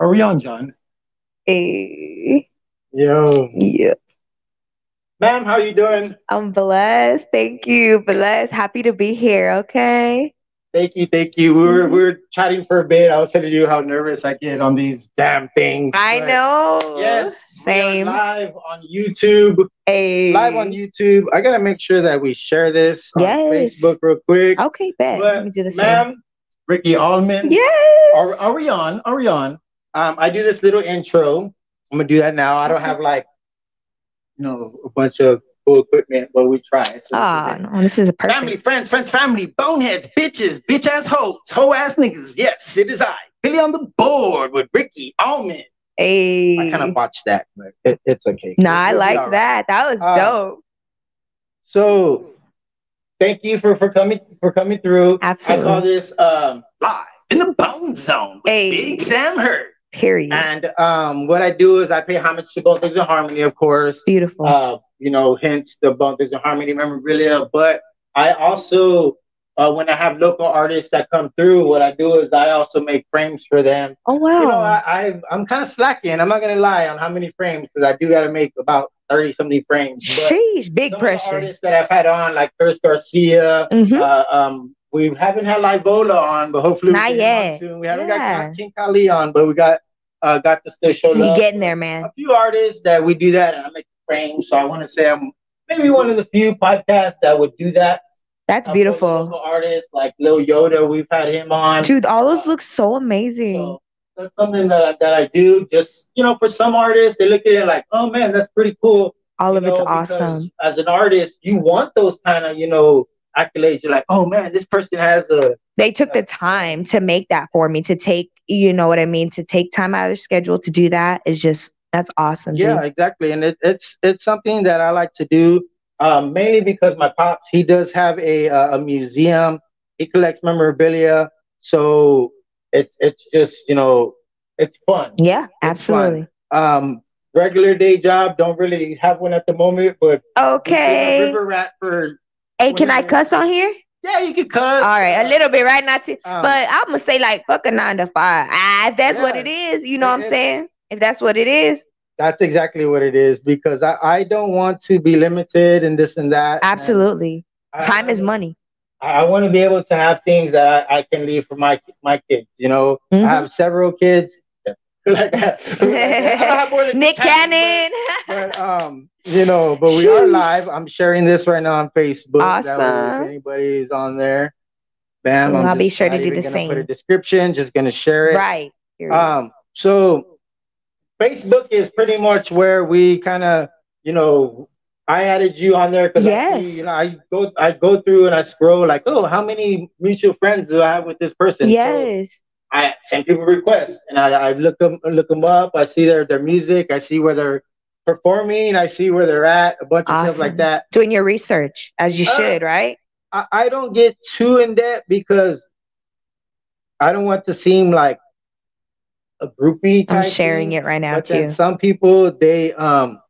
Are we on, John? Hey, Yo. yeah, Ma'am, how you doing? I'm blessed. Thank you. Blessed. Happy to be here. Okay. Thank you, thank you. We were, we were chatting for a bit. I was telling you how nervous I get on these damn things. I but- know. Yes, we are Same. live on YouTube. Hey. Live on YouTube. I gotta make sure that we share this on Yes. Facebook real quick. Okay, bet. But, Let me do the same. Ma'am, Ricky Allman. Yes. Are, are we on? Are we on? Um, I do this little intro. I'm gonna do that now. I don't have like, you know, a bunch of cool equipment, but we try. So this is Ah, it. no, this is a perfect. Family, friends, friends, family, boneheads, bitches, bitch ass hoes, hoe ass niggas. Yes, it is I, Billy on the board with Ricky Allman. Hey. I kind of botched that, but it, it's okay. Mm. Nah, We'll I be liked all right. that. That was Uh, dope. So, thank you for for coming for coming through. I call Absolutely. this um live in the bone zone with Hey. Big Sam Hurt. Period. And um, what I do is I pay homage to Bone Things and Harmony, of course. Beautiful. Uh, you know, hence the Bone Things and Harmony memorabilia. But I also, uh, when I have local artists that come through, what I do is I also make frames for them. oh wow. You know, I, I I'm kind of slacking. I'm not gonna lie on how many frames because I do got to make about thirty something frames. But Sheesh, big some of the pressure. artists that I've had on, like Chris Garcia, hmm uh, um, we haven't had Livola on, but hopefully Not we get him on yet. soon. We haven't Yeah. got King Kali on, but we got uh, got to still show You love. getting there, man. a few artists that we do that, and I make a frame. So I want to say I'm maybe one of the few podcasts that would do that. That's Uh, for beautiful. local Artists like Lil Yoda, we've had him on. Dude, all those look so amazing. So that's something that I, that I do. Just you know, for some artists, they look at it like, oh man, that's pretty cool. All You of it's know, because awesome. As an artist, you want those kind of you know accolades. You're like, oh man, this person has a They took the time to make that for me, to take, you know what I mean, to take time out of their schedule to do that is just, that's awesome, dude. Yeah, exactly, and it, it's it's something that I like to do um, mainly because my pops he does have a uh, a museum. He collects memorabilia, so it's it's just you know it's fun. Yeah, absolutely. Um, regular day job don't really have one at the moment, but we did a Okay. river rat for Hey, can I whatever. cuss on here? yeah, you can cuss. All right, a little bit, right? Not too, Um, but I'm gonna say like fuck a nine to five. Ah, if that's what Yeah. it is, you know what I'm It- saying? If that's what it is, that's exactly what it is because I I don't want to be limited and this and that. and absolutely. I- Time is I- money. I, I want to be able to have things that I, I can leave for my my kids. You know, Mhm. I have several kids. like, I don't have more than Nick ten, Cannon. But, but, um, you know, but we are Sheesh. live. I'm sharing this right now on Facebook. That way, Awesome. if anybody's on there, bam! Well, I'm I'll be just sure to not do even the gonna Put a same. description. Just gonna share it. right. period. Um, so Facebook is pretty much where we kind of, you know, I added you on there because I Yes. see, you know, I go, I go through and I scroll like, oh, how many mutual friends do I have with this person? So yes. I send people requests and I, I look them, look them up. I see their, their music. I see where they're performing. I see where they're at. A bunch of stuff Awesome. like that. Doing your research as you Uh, should, right? I, I don't get too in depth because I don't want to seem like a groupie. I'm type sharing thing. it right now but then too. some people they um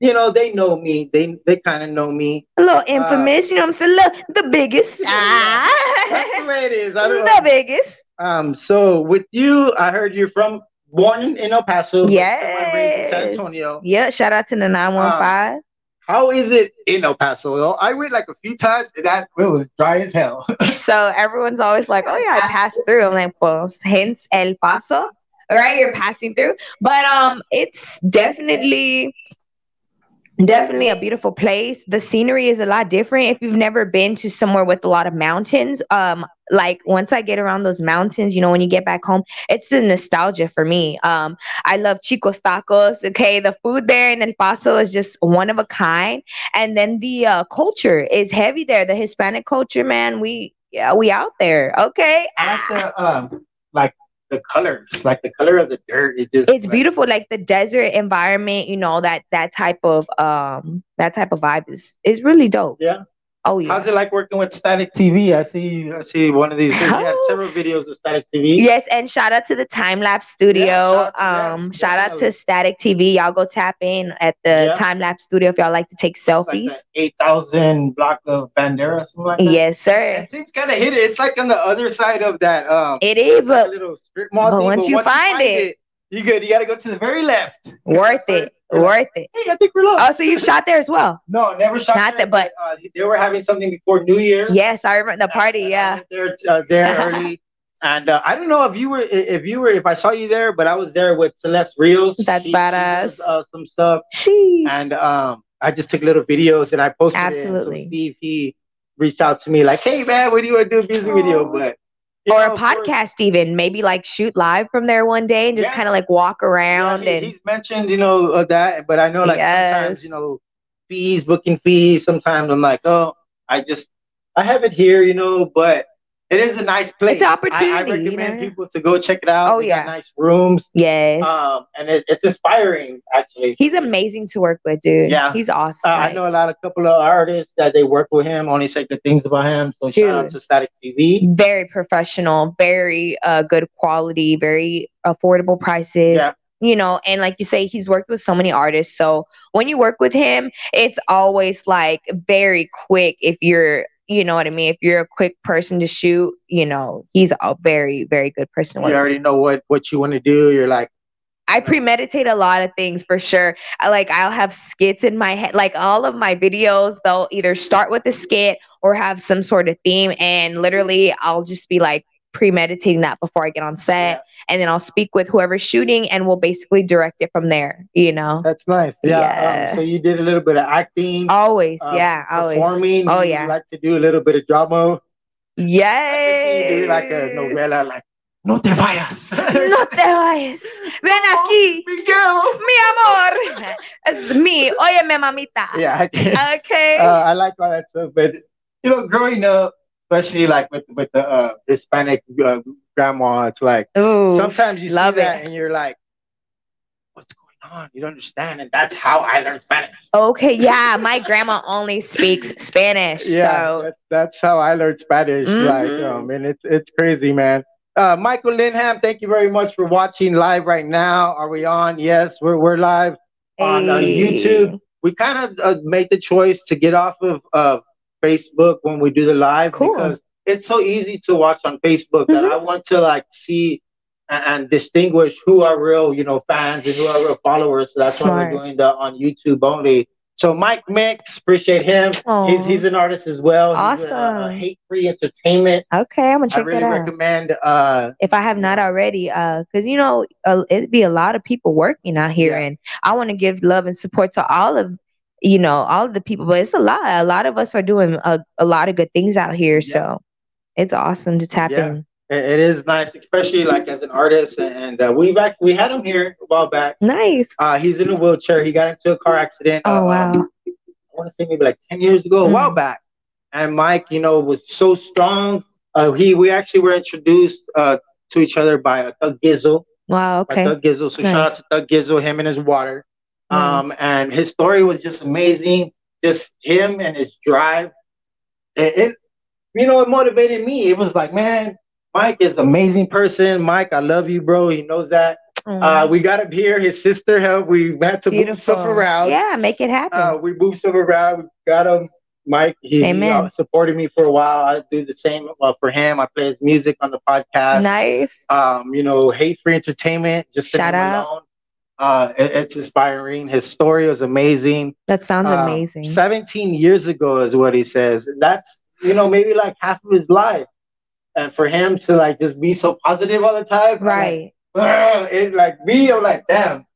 you know they know me they they kind of know me A little infamous, you know what I'm saying? Look, the biggest. that's the Ah. way it is i don't the know biggest. um so with you i heard you're from born in el paso but born and raised in san Yes. antonio Yeah, shout out to the 915. how is it in el paso Well, i went like a few times and that it was dry as hell So everyone's always like, "Oh yeah, I passed through." I'm like, "Well, hence el paso, right? You're passing through." But um, it's definitely, definitely a beautiful place. The scenery is a lot different if you've never been to somewhere with a lot of mountains. Um, like once I get around those mountains, you know, when you get back home, it's the nostalgia for me. Um, I love Chicos Tacos. Okay, the food there in El Paso is just one of a kind and then the uh, culture is heavy there. The Hispanic culture, man, we yeah, we out there. Okay, i like the um like the colors like the color of the dirt is just it's like, beautiful, like the desert environment. You know that that type of um that type of vibe is is really dope. Yeah. Oh yeah. How's it like working with Static TV? I see, I see one of these. You had Oh. several videos of Static TV. Yes, and shout out to the Time Lapse Studio. shout out to them, um, shout out definitely. to Static TV. Y'all go tap in at the Yeah. Time Lapse Studio if y'all like to take It's selfies. Like Eight thousand block of Bandera, something like that. yes, sir. It seems kind of hidden. It's like on the other side of that. Um, It like is, a but little strip mall but thing, once you find it, You good? You gotta go to the very left. Worth it. Worth it. Hey, I think we're low. Oh, so you shot there as well. no, never shot. Not there, that- but- uh, they were having something before New Year. Yes, I remember the Uh, party. and I Yeah. went there uh, there early, and uh, I don't know if you were if you were if I saw you there, but I was there with Celeste Rios. That's badass. does, uh, some stuff, Sheesh. and um, I just took little videos and I posted it. And Absolutely. so Steve he reached out to me like, "Hey man, what do you want to do a music video?" Aw. But you Or know, a of course- podcast, even maybe like shoot live from there one day and just Yeah. kind of like walk Yeah, around he- and he's mentioned, you know, uh, that, but I know like sometimes, Yes. you know, fees, booking fees. Sometimes I'm like, oh, I just, I have it here, you know, but it is a nice place. an I- I, opportunity, you recommend know? people to go check it out. Oh, They got yeah. nice rooms. yes, Um, and it, it's inspiring actually. he's amazing to work with, dude. Yeah. he's awesome. Uh, I like- know a lot of couple of artists that they work with him. Only say good things about him. So shout out Dude. to Static TV. very professional, very uh, good quality, very affordable prices. Yeah. You know, and like you say, he's worked with so many artists. So when you work with him, it's always like very quick. If you're, you know what I mean? If you're a quick person to shoot, you know, he's a very, very good person to You work already know what what you want to do. You're like, I premeditate a lot of things for sure. I, like I'll have skits in my head. Like all of my videos, they'll either start with a skit or have some sort of theme. And literally, I'll just be like premeditating that before I get on set, Yeah. and then I'll speak with whoever's shooting, and we'll basically direct it from there. You know, that's nice. Yeah. um, Yeah. so you did a little bit of acting. always, um, yeah, always. performing. Oh, you yeah. like to do a little bit of drama. I can Yes. see you do like a novella, like no te vayas. No te vayas. Ven Oh, aquí, Miguel. mi amor. Es mi. Óyeme, mamita. Yeah, I, can. uh, Okay. I like all that stuff. But you know, growing up, especially like with with the uh, Hispanic uh, grandma, it's like Ooh. sometimes you love see that it. and you're like, what's going on? You don't understand, and that's how I learned Spanish. Okay, yeah, my grandma only speaks Spanish. so that's, that's how I learned Spanish. Like, Mhm. um, and it's it's crazy, man. Uh, Michael Linham, thank you very much for watching live right now. Are we on? Yes, we're we're live. on, uh, YouTube. We kind of uh, made the choice to get off of uh, Facebook when we do the live Cool. because it's so easy to watch on Facebook that Mhm. I want to like see and, and distinguish who are real, you know, fans and who are real followers. So that's why we're Smart. doing the on YouTube only. So Mike Mix, appreciate him. Aw, He's, he's an artist as well. He's with, uh, uh, Awesome. Hate Free Entertainment. okay, I'm gonna I check really that out recommend. Uh, if I have not already. Uh, cause you know, uh, it'd be a lot of people working out here, Yeah. and I want to give love and support to all of you know all of the people. But it's a lot. A lot of us are doing a, a lot of good things out here, Yeah. so it's awesome to tap Yeah. in. it- it is nice, especially like as an artist. And uh, we back we had him here a while back. Nice. Uh, he's in a wheelchair. He got into a car accident. uh, Oh wow. um, I want to say maybe like ten years ago, a while Mm. back. And Mike, you know, was so strong. Uh, he we actually were introduced uh, to each other by a Thug Gizzle. Wow. by Okay. Thug Gizzle. So shout out Nice. to Thug Gizzle, him and his water. Um, Nice. and his story was just amazing. Just him and his drive. It, it, you know, it motivated me. It was like, man, Mike is an amazing person. Mike, I love you, bro. He knows that. Uh, Aw, we got up here. His sister helped. We had to move stuff around. Yeah, make it happen. Uh, we moved stuff around. We got him. Mike, he, he Amen. uh, supported me for a while. I do the same uh, for him. I play his music on the podcast. nice. Um, you know, Hate Free Entertainment, just the Shout name out. alone. Uh, it- it's inspiring. His story was amazing. That sounds Um, amazing. 17 years ago is what he says. That's, you know, maybe like half of his life. And for him to like just be so positive all the time, I'm like, right. "Ugh," it like me, I'm like, damn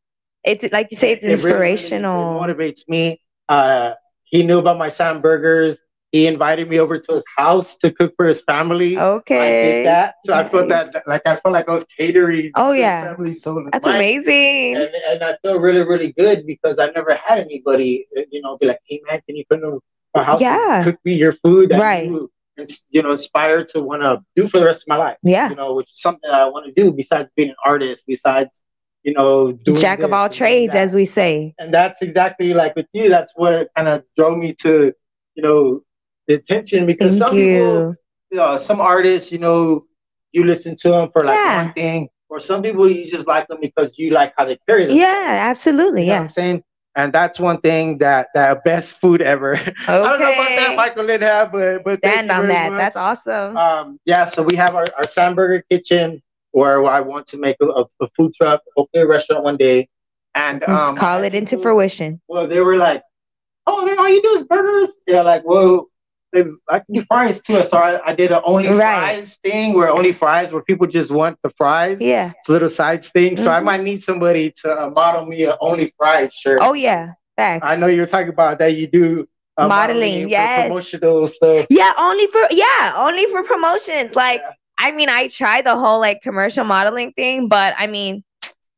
It's like you say, it's it really, really, inspirational. it motivates me. Uh, he knew about my Sam burgers. He invited me over to his house to cook for his family. I okay. did that. So I felt Nice. that that- like I felt like I was catering. Oh, to yeah. his family so That's much. amazing. And, and I feel really really good because I never had anybody uh, you know be like, hey man, can you come to my house Yeah. and cook me your food that Right. you ins- you know inspired to want to do for the rest of my life. Yeah. You know, which is something that I want to do besides being an artist, besides you know doing Jack of this all and doing trades, that as we say. and that's exactly like with you that's what kind of drove me to you know the attention because Thank some people you. you know, some artists you know you listen to them for like Yeah. one thing or some people you just like them because you like how they carry themselves. yeah, you absolutely. know what i'm Yeah. saying and that's one thing that that best food ever i don't know about that Okay. michael linham but but thank Stand you very on that. much. Uh, That's awesome. um yeah so we have our, our sandburger kitchen or I want to make a, a, a food truck, hopefully a restaurant one day. And Let's um, call it into fruition. well, they were like, "Oh, then all you do is burgers." They're like, "Well, babe, I can do fries too." So I, I did an only Right. fries thing, where only fries, where people just want the fries. Yeah. It's a little sides thing. So I Mhm. might need somebody to uh, model me a only fries shirt. Oh yeah. Facts. I know you're talking about that. You do uh, Modeling, for yes. promotional stuff. Yeah, only for yeah, only for promotions. Like, I mean, I tried the whole like commercial modeling thing, but I mean,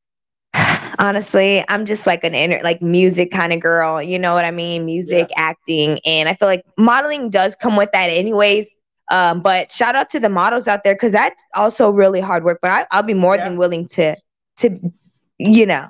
honestly, I'm just like an inner like music kind of girl. You know what I mean? Music, acting, and I feel like modeling does come with that, anyways. Um, but shout out to the models out there because that's also really hard work. But I, I'll be more Yeah. than willing to to you know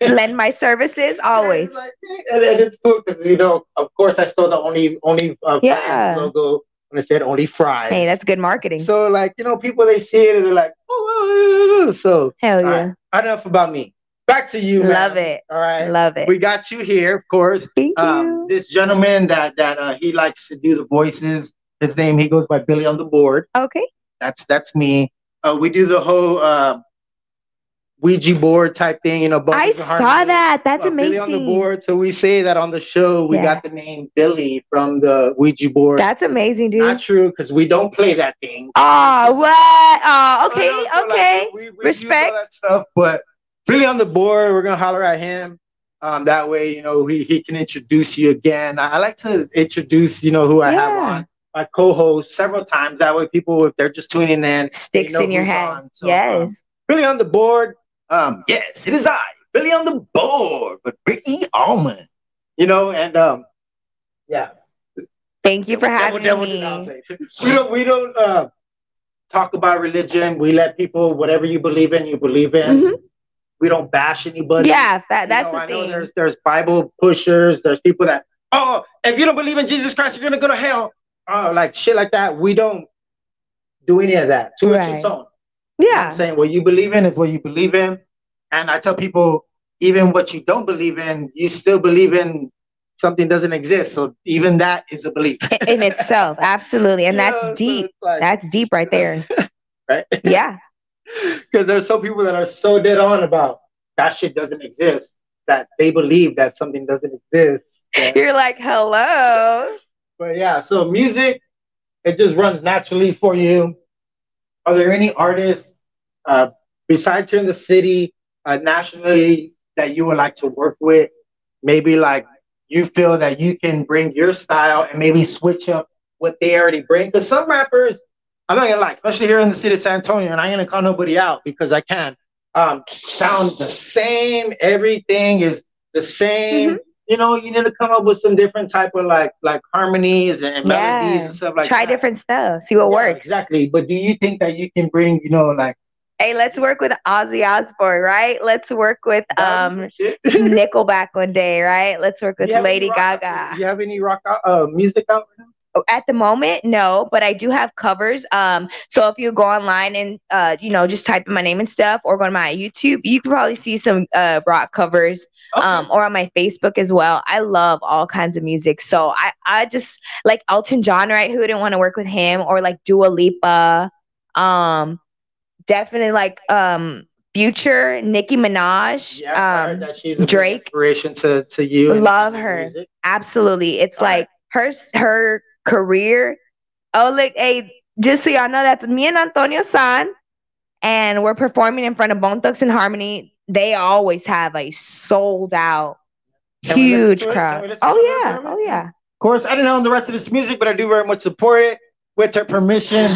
lend my services always. It's like, eh, and, and it's cool because you know, of course, I stole the only only uh, Yeah. fries logo when it said only fries. Hey, that's good marketing. so like you know, people they see it and they're like, oh, oh, oh, oh. so All Hell yeah, right. enough about me. Back to you. love ma'am. it, All right, love it. we got you here, of course. Thank Um, you. this gentleman that that uh, he likes to do the voices. His name he goes by Billy on the board. Okay. That's that's me. Uh, we do the whole uh, Ouija board type thing, you know. Bones I and saw Harmony. that. That's Uh, Billy on the amazing. board. So we say that on the show. We Yeah. got the name Billy from the Ouija board. That's amazing, not dude. true because we don't play that thing. Oh, It's- what? Oh, okay, you know, so, like, okay. we, we use all that Respect. stuff, but Billy on the board. We're gonna holler at him. Um, that way, you know, he, he can introduce you again. I, I like to introduce, you know, who I have Yeah. on my co-host several times. That way, people if they're just tuning in, Sticks know in your who's head. on, so, um, yes. Billy on the board. Um, yes, it is I, Billy on the board, but Ricky Allman. You know, and um, yeah. Thank you for having Devil, me. devil, devil. We don't we don't uh, talk about religion. We let people whatever you believe in, you believe in. Mhm. We don't bash anybody. Yeah, that, You that's know, the I know thing. there's there's Bible pushers. There's people that oh, if you don't believe in Jesus Christ, you're gonna go to hell. Oh, like shit like that. We don't do any of that. Too much Right. is own. You know what I'm Yeah. saying what you believe in is what you believe in. And I tell people, even what you don't believe in, you still believe in something doesn't exist. So even that is a belief. In- In itself. Absolutely. And Yeah, so that's deep. it's like- That's deep right there. Right? Yeah. Because there's some people that are so dead on about that shit doesn't exist, that they believe that something doesn't exist. But, You're like, hello. but yeah, so music, it just runs naturally for you. Are there any artists uh, besides here in the city, uh, nationally, that you would like to work with? Maybe like you feel that you can bring your style and maybe switch up what they already bring? Because some rappers, I'm not gonna lie, especially here in the city of San Antonio, and I ain't gonna call nobody out because I can. Um, sound the same. Everything is the same. You know, you need to come up with some different type of like like harmonies and melodies Yeah. and stuff like Try that. different stuff. See what Yeah, works. Exactly. But do you think that you can bring, you know, like Hey, let's work with Ozzy Osbourne, right? Let's work with um some shit? Nickelback one day, right? Let's work with Do you have any Lady rock- Gaga. Do you have any rock out, uh, music out? right now? at the moment no but i do have covers um so if you go online and uh you know just type in my name and stuff or go to my youtube you can probably see some uh rock covers um or on my facebook as well i love all kinds of music so i i just like elton john right who didn't want to work with him or like dua lipa um definitely like um future nicki minaj Yeah, I heard um that she's a big Drake. inspiration to to you. and Love your her. music. Absolutely. It's All right. like her s- her career. Oh, look, hey, just so y'all know, that's me and Antonio San, and we're performing in front of Bone Thugs and Harmony. They always have a sold out, Can we listen huge to it? Can we crowd. listen to Oh it yeah, right now? oh yeah. Of course, I don't know the rest of this music, but I do very much support it with her permission.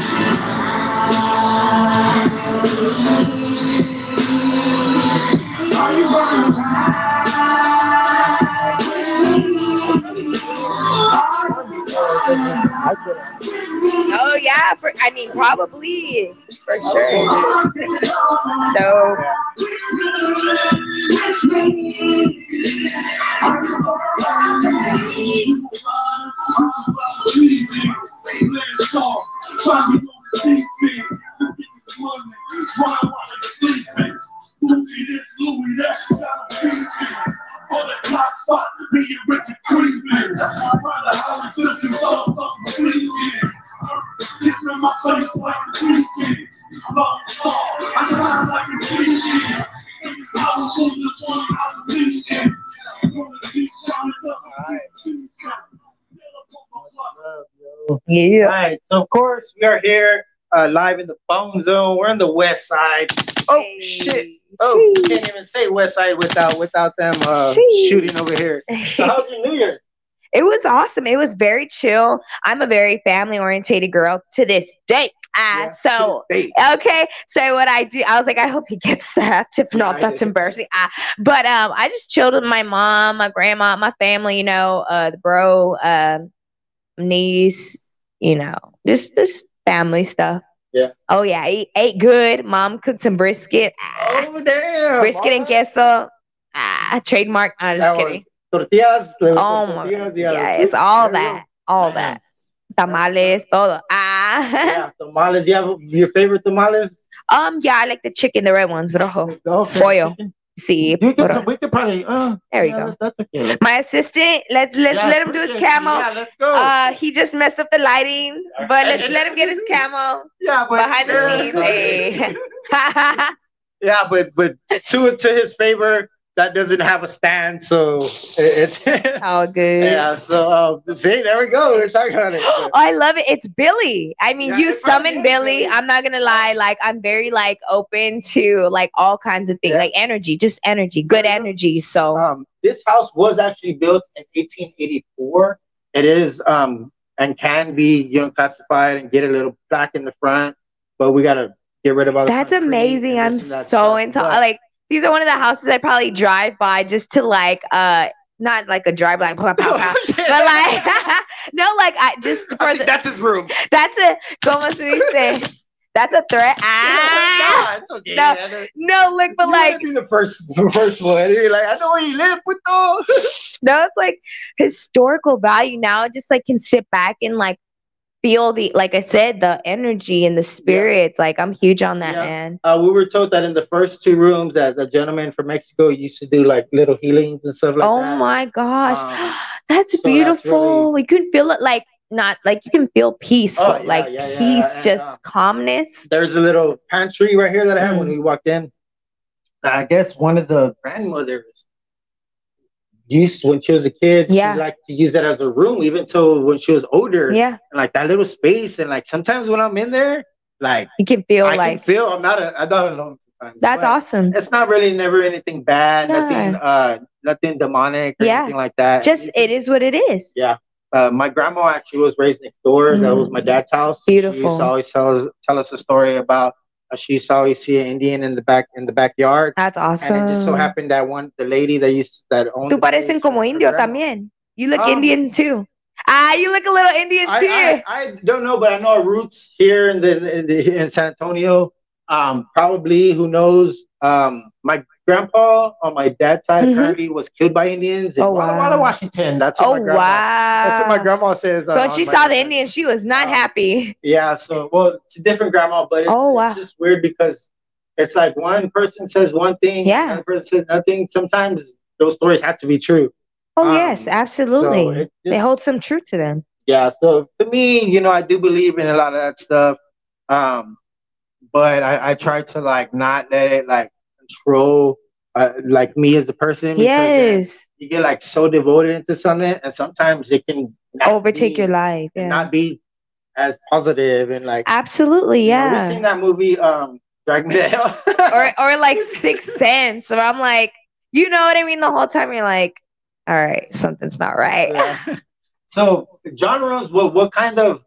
Oh yeah. For, I mean, probably for sure. so I All Yeah. right. So of course we are here uh, live in the Bone Zone. We're in the West Side. Oh shit! Oh, Sheesh. can't even say West Side without without them uh, Sheesh. shooting over here. So how's your New Year's? It was awesome. It was very chill. I'm a very family orientated girl to this day. Ah, Yeah, so to this day. okay. So what I do, I was like, I hope he gets that. If Yeah, not, I that's did. embarrassing. Ah, but um, I just chilled with my mom, my grandma, my family. You know, uh, the bro, um, niece. You know, just just family stuff. Yeah. Oh yeah, ate, ate good. Mom cooked some brisket. Ah, Oh damn! brisket and alright. queso. Ah, trademark. I'm just That was- kidding. tortillas. le Oh gustan my tortillas, yeah, yeah. it's all There we that, all Man. that. Tamales, todo. go. Ah, Yeah, tamales. You have your favorite tamales? um, yeah, I like the chicken, the red ones oh, with a The whole dolphin Pollo. chicken? See, You could, puro. we could probably. Uh, There we yeah, go. that- That's okay. Let's, my assistant. Let's let's yeah, let him do his appreciate it. camo. Yeah, let's go. Uh, he just messed up the lighting, All but right. let's let him get his camo yeah, but behind the yeah. scenes. Hey. Yeah, but but to to his favor, that doesn't have a stand, so it, it all good. yeah. So uh, see, there we go. We're talking about it. oh, I love it. It's Billy. I mean, Yeah, you it probably summon is Billy. Billy. I'm not gonna lie. Like, I'm very like open to like all kinds of things, Yeah. like energy, just energy, good Yeah. energy. So Um, this house was actually built in 1884. It is um and can be you know classified and get a little plaque in the front, but we gotta get rid of all. The that's concrete amazing. and I'm this and that so stuff. into But- like these are one of the houses I probably drive by just to like uh not like a drive like pow, pow, pow. but like no like I just Oh, I for think the, that's his room. that's a como se dice that's a threat. Ah. Nah, it's okay. No, I don't- No, look, but You might like be the first the first one. You're like, I know where you live, with though. no, it's like historical value now. I Just like can sit back and like feel the like I said, the energy and the spirits. Like I'm huge on that, Yeah. man. Uh, we were told that in the first two rooms that the gentleman from Mexico used to do like little healings and stuff like oh that. my gosh. Um, that's so that's beautiful. really- You can feel it like not like you can feel peaceful, Oh, yeah, like yeah, yeah, peace, and, just um, calmness. There's a little pantry right here that I had when we walked in. I guess one of the grandmothers used when she was a kid, Yeah. she liked to use that as a room, even till when she was older. Yeah, And, like that little space. And like sometimes when I'm in there, like you can feel I like can feel I'm not a, I'm not alone sometimes. that's but- awesome. it's not really never anything bad, No. nothing uh nothing demonic or Yeah. anything like that. Just it is what it is. uh, my grandma actually was raised next door. That was my dad's house. She used Mm. Beautiful. to always tell us, tell us a story about uh, she used to always see an Indian in the back in the backyard. That's awesome. And it just so happened that one the lady that used that owned Tú the place, parecen como her indio grandma- también. You look Um, Indian too. Ah, you look a little Indian too. I, I, I don't know, but I know our roots here in the in, the, in San Antonio. Um, probably who knows? Um, my grandpa on my dad's side Mhm. apparently was killed by Indians in Oh, Walla wow. Walla, Washington. That's what oh my grandma. wow. That's what my grandma says. uh, So on she my saw dad's the side. Indian. She was not Um, happy. Yeah. So well, it's a different grandma, but it's, Oh, wow. it's just weird because it's like one person says one thing, Yeah. another person says nothing. Sometimes those stories have to be true. Oh um, yes, so absolutely. So it they just- hold some truth to them. yeah so to me you know i do believe in a lot of that stuff um but i i try to like not let it like control uh, like me as a person because then Yes. you get like so devoted into something and sometimes it can not Overtake be- your life. and Yeah. not be as positive and like absolutely, you know, yeah. we've seen that movie um drag me to hell or or like sixth sense. So I'm like, you know what I mean? The whole time you're like, all right, something's not right. Yeah. so genres what what kind of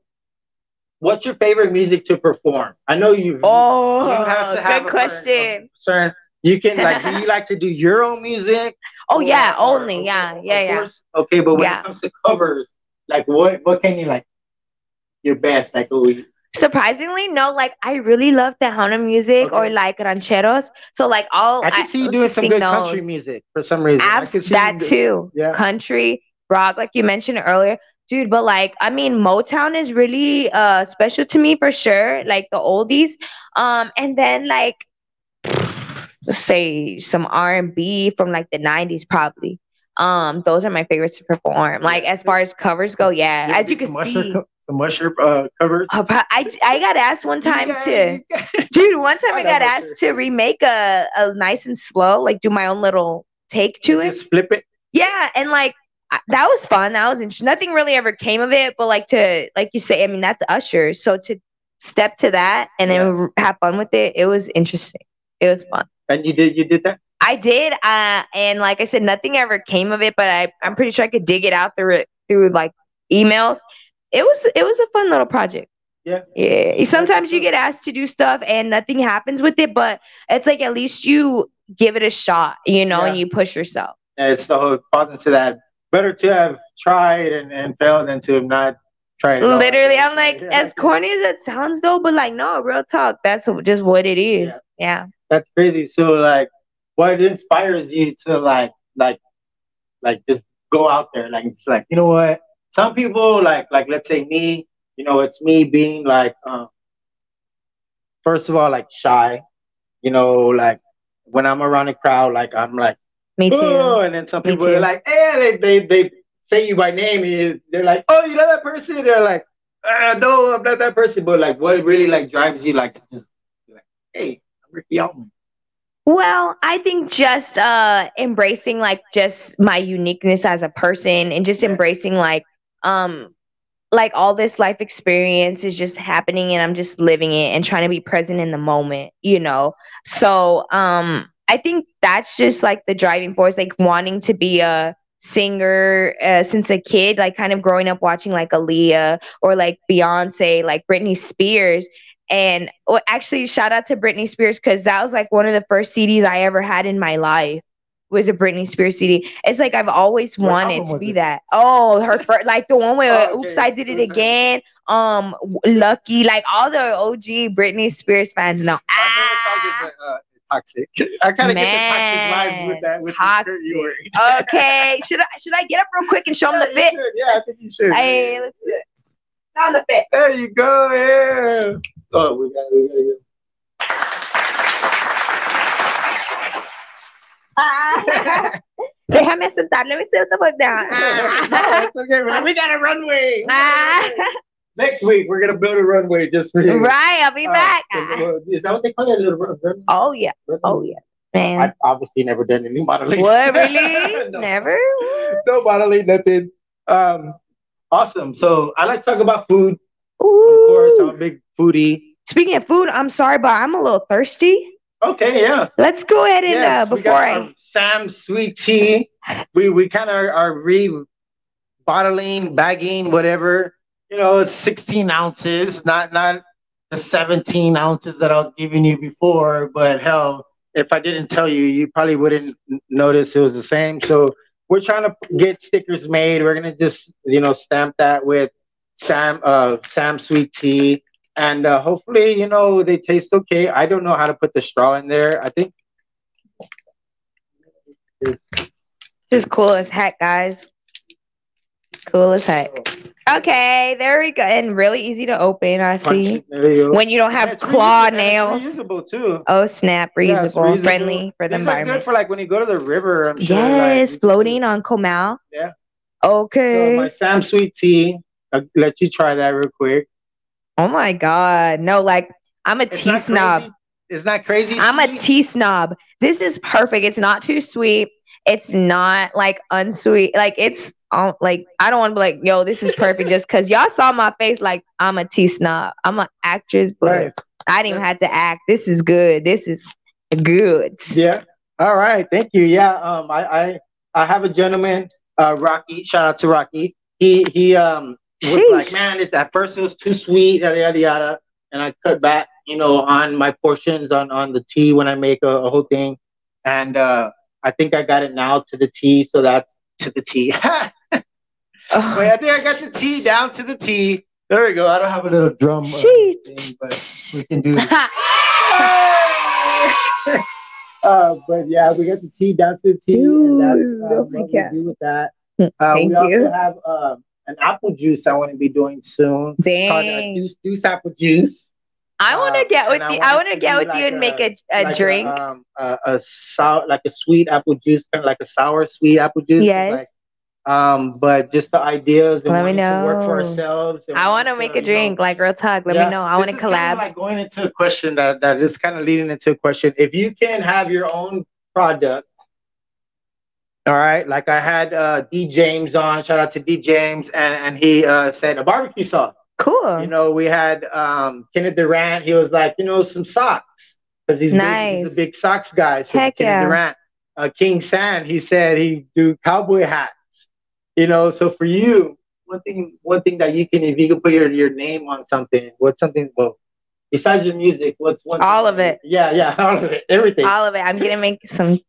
what's your favorite music to perform i know you've Oh, you have to have good a question. Certain, certain- you can like do you like to do your own music? Oh Or- yeah, or- only or- yeah, or- yeah, of yeah. course. Okay, but when Yeah. it comes to covers, like what what can you like your best like oh you- Surprisingly, no. Like I really love Tejano music Okay. or like rancheros. So Oh, like all I can see you doing some sing good those. country music for some reason. I Abs- can see that you do- too. Yeah. Country rock, like you mentioned earlier, dude. But like, I mean, Motown is really uh special to me for sure. Like the oldies, um, and then like, let's say some R and B from like the '90s, probably. Um, those are my favorites to perform. Like as far as covers go, yeah. ever As do you can some Usher see, co- some Usher uh, covers. Oh, pro- I I got asked one time Yeah, to, you- dude. One time I I know got about asked to remake a a nice and slow, like do my own little take to it. Just flip it. Yeah, and like I- that was fun. That was interesting. Nothing really ever came of it, but like to like you say, I mean that's Usher. So to step to that and then r- have fun with it, it was interesting. It was fun. And you did you did that? I did, uh, and like I said, nothing ever came of it, but I I'm pretty sure I could dig it out through it through like emails. It was it was a fun little project. Yeah. Yeah. Sometimes you get asked to do stuff and nothing happens with it, but it's like at least you give it a shot, you know, and you push yourself. And it's so it falls into that better to have tried and, and failed than to have not tried. at all. Literally, I'm like, Yeah. as corny as that sounds, though, but like, no, real talk, that's just what it is. Yeah. that's crazy. So like, what inspires you to like, like, like just go out there? Like, it's like you know what? Some people like, like let's say me. You know, it's me being like, um, first of all, like shy. You know, like when I'm around a crowd, like I'm like, Me too. oh, and then some Me people are too. like, eh, they, they, they say you by name. and you- They're like, oh, you know that person. They're like, uh, no, I'm not that person. But like, what really like drives you like to just be like, hey, I'm Ricky Altman. Well, I think just uh embracing like just my uniqueness as a person and just Yeah. embracing like um like all this life experience is just happening and I'm just living it and trying to be present in the moment, you know. So, um I think that's just like the driving force like wanting to be a singer uh, since a kid, like kind of growing up watching like Aaliyah or like Beyonce, like Britney Spears and well, actually shout out to Britney Spears because that was like one of the first CDs I ever had in my life was a Britney Spears CD. It's like I've always What wanted album to was be it? that. Oh, her first, like the one where Oh, okay. Oops I Did It Oops, I- Again, um, w- Lucky, like all the OG Britney Spears fans know. Ah, My favorite song is, uh, uh, toxic. I kind of get the toxic vibes Man, with that. With the toxic. shirt you wear. Ah, okay. Should I should I get up real quick and show them the Yeah, you fit? should. Yeah, I think you should. Hey, let's do it. Show 'em the fit. There you go. Yeah. Oh, we got we gotta go. Ah. Déjame sentar. Let me sit the fuck down. Ah. No, it's okay. We're like, We got a runway. We got a runway. Ah. Next week we're gonna build a runway just for you. Right, I'll be Uh, back. Ah. so, uh, Is that what they call it? A little run- run- Oh yeah, run- oh yeah, man. I've obviously never done any modeling. What really? No. Never. No modeling, nothing. Um, awesome. So I like to talk about food. Of course, I'm a Ooh. big foodie. Speaking of food, I'm sorry, but I'm a little thirsty. Okay, yeah. Let's go ahead and Yes, uh, we before got I our Sam's sweet tea. We we kind of are re-bottling, bagging, whatever. You know, it's 16 ounces, not not the 17 ounces that I was giving you before. But hell, if I didn't tell you, you probably wouldn't n- notice it was the same. So we're trying to get stickers made. We're gonna just you know stamp that with Sam uh Sam sweet tea. And uh, hopefully, you know, they taste okay. I don't know how to put the straw in there. I think this is cool as heck, guys. Cool as heck. Okay, there we go, and really easy to open. I Punch see it, there you go. when you don't And have it's claw reusable- and it's nails. Reusable too. Oh snap! Yeah, it's Reusable, reusable. friendly for the These are environment. good for like when you go to the river. I'm sure. like, Yes, you can floating do- on Comal. Yeah. So Okay. my Sam Sweet Tea. I'll let you try that real quick. Oh my god. No, like I'm a It's tea not snob. crazy- It's not crazy. I'm a sweet. tea snob. This is perfect. It's not too sweet. It's not like unsweet. Like it's um, like I don't want to be like, yo, this is perfect just cause y'all saw my face like I'm a tea snob. I'm an actress, but Right. I didn't even have to act. This is good. This is good. Yeah. All right. Thank you. Yeah. Um. I. I. I have a gentleman. Uh. Rocky. Shout out to Rocky. He. He. Um. Was Sheesh. like, man, it, at first it was too sweet. Yada yada yada. And I cut back. You know, on my portions on on the tea when I make a, a whole thing. And uh, I think I got it now to the tea. So that's to the tea. Ugh. Wait, I think I got the tea down to the tea. There we go. I don't have a little drum. Uh, Sheesh. thing, but we can do uh, but yeah, we got the tea down to the tea, and that's Dude, uh, oh what my we God. do with that. Uh, Thank we also you. have um, an apple juice I want to be doing soon. Called, uh, Dang. deuce, deuce apple juice. I want uh, to get and with I you. want I it want to to get be with you like and make a, a Like drink. A, um, a, a sour, like a sweet apple juice, kind of like a sour sweet apple juice. It's Yes. like- um, but just the ideas. and Let me wanting to work for know. ourselves. and I want wanting to make you a know, drink, like real talk. Let yeah, me know. I want to this is kinda collab. like going into a question that, that is kind of leading into a question. If you can have your own product, All right. Like I had uh, D James on. Shout out to D James, and and he uh, said a barbecue sauce. Cool. You know, we had um, Kenneth Durant. He was like, you know, some socks because he's, big- he's Nice. a big socks guy. So Heck Kenneth yeah. Durant, uh, King San. He said he do cowboy hats. You know, so for you, one thing, one thing that you can, if you can put your, your name on something, what's something? Well, besides your music, what's one? thing All of that it. you- Yeah, yeah, all of it, everything. All of it. I'm gonna make some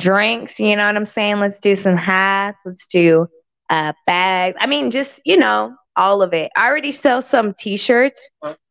drinks. You know what I'm saying? Let's do some hats. Let's do uh, bags. I mean, just you know, all of it. I already sell some T-shirts.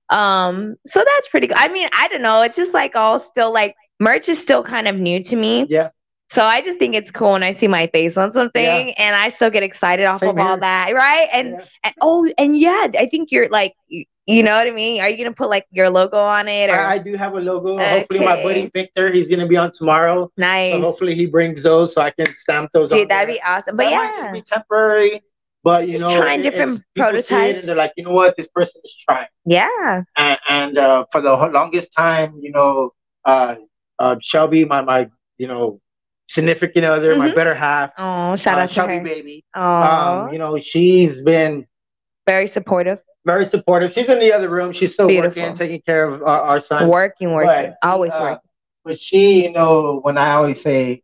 Um, so that's pretty good. I mean, I don't know. It's just like all still like merch is still kind of new to me. Yeah. So I just think it's cool when I see my face on something, Yeah. and I still get excited off Same of all here. that, right? And Yeah. and- oh, and yeah, I think you're like, you, you know what I mean? Are you gonna put like your logo on it or I, I do have a logo. Hopefully, my Okay. buddy Victor, he's gonna be on tomorrow. nice? So hopefully, he brings those so I can stamp those. on Dude, that'd there. be awesome. But that yeah, might just be temporary. But you Just know, trying it- different it's- people see it prototypes. and they're like, you know what, this person is trying. yeah, And, and uh, for the ho- longest time, you know, uh, uh, Shelby, my my you know significant other, my Mhm. better half, oh, shout uh, out to Shelby her. baby. Oh, Um, you know, she's been very supportive, very supportive. She's in the other room. She's still working, Beautiful. taking care of our, our son. working, working, But, always uh, working. But she, you know, when I always say,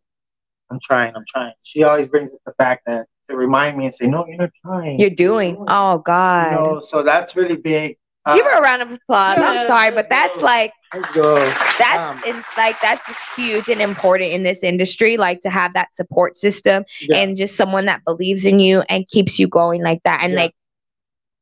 I'm trying, I'm trying, she always brings up the fact that to remind me and say, no, you're not trying. You're doing. Oh You God, know, so that's really big. Uh, give her a round of applause. I'm yeah, sorry, there but you that's go. like Let's go. that's Um, it's like that's just huge and important in this industry. Like to have that support system yeah. and just someone that believes in you and keeps you going like that and Yeah. like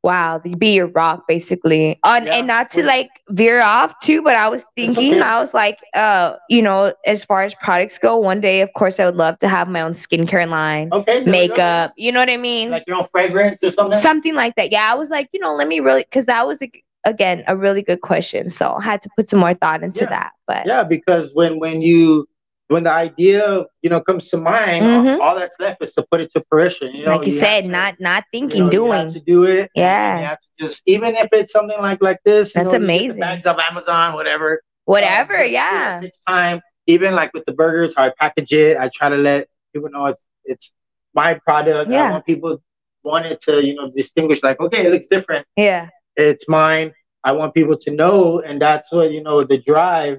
wow you be your rock basically on Yeah, and not to we're- like veer off too but i was thinking okay. i was like uh you know as far as products go one day of course i would love to have my own skincare line okay. there we go. makeup you know what i mean Like your own fragrance or something. something like that yeah i was like you know let me really because that was like, again a really good question so i had to put some more thought into Yeah. that but yeah, because when when you when the idea you know comes to mind, Mhm. all that's left is to put it to fruition. You know, like you, have said to- not not you thinking know, you doing have to do it. and Yeah. you have to just even if it's something like like this. you That's know, you get the amazing. Bags of Amazon, whatever. whatever Um, but it's- yeah It takes time. Even like with the burgers, how I package it, I try to let people know it's it's my product. I Yeah. want people wanted to, you know, distinguish like, okay, it looks different. yeah It's mine. I want people to know. And that's what, you know, the drive.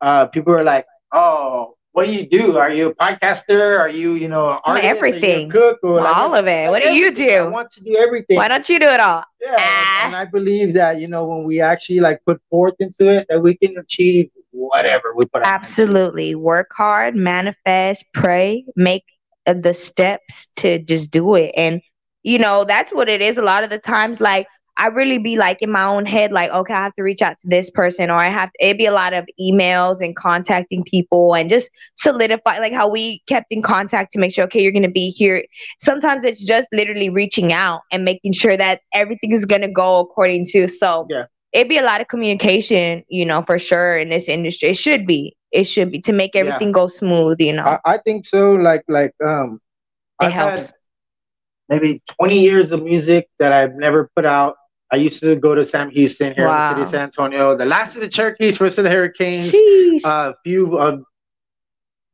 Uh people are like, Oh, what do you do? Are you a podcaster? Are you, you know, an I'm artist? Are you a everything. cook or like, all of it I'm what do you everything. I do want to do everything. why don't you do it all Yeah, and- Ah. and I believe that you know when we actually like put forth into it, that we can achieve whatever we put. our mind to. Absolutely. Work hard, manifest, pray, make uh, the steps to just do it. And, you know, that's what it is. A lot of the times, like, I really be like in my own head, like, okay, I have to reach out to this person, or I have to, it'd be a lot of emails and contacting people and just solidify, like, how we kept in contact to make sure, okay, you're going to be here. Sometimes it's just literally reaching out and making sure that everything is going to go according to. So, it'd be a lot of communication, you know, for sure in this industry. It should be. It should be to make Yeah. Uh, everything go smooth, you know. I, I think so. Like like um, It I've had helps. maybe twenty years of music that I've never put out. I used to go to Sam Houston here in the city Wow. of San Antonio. The last of the Cherokees, first of the Hurricanes. Sheesh. A few um,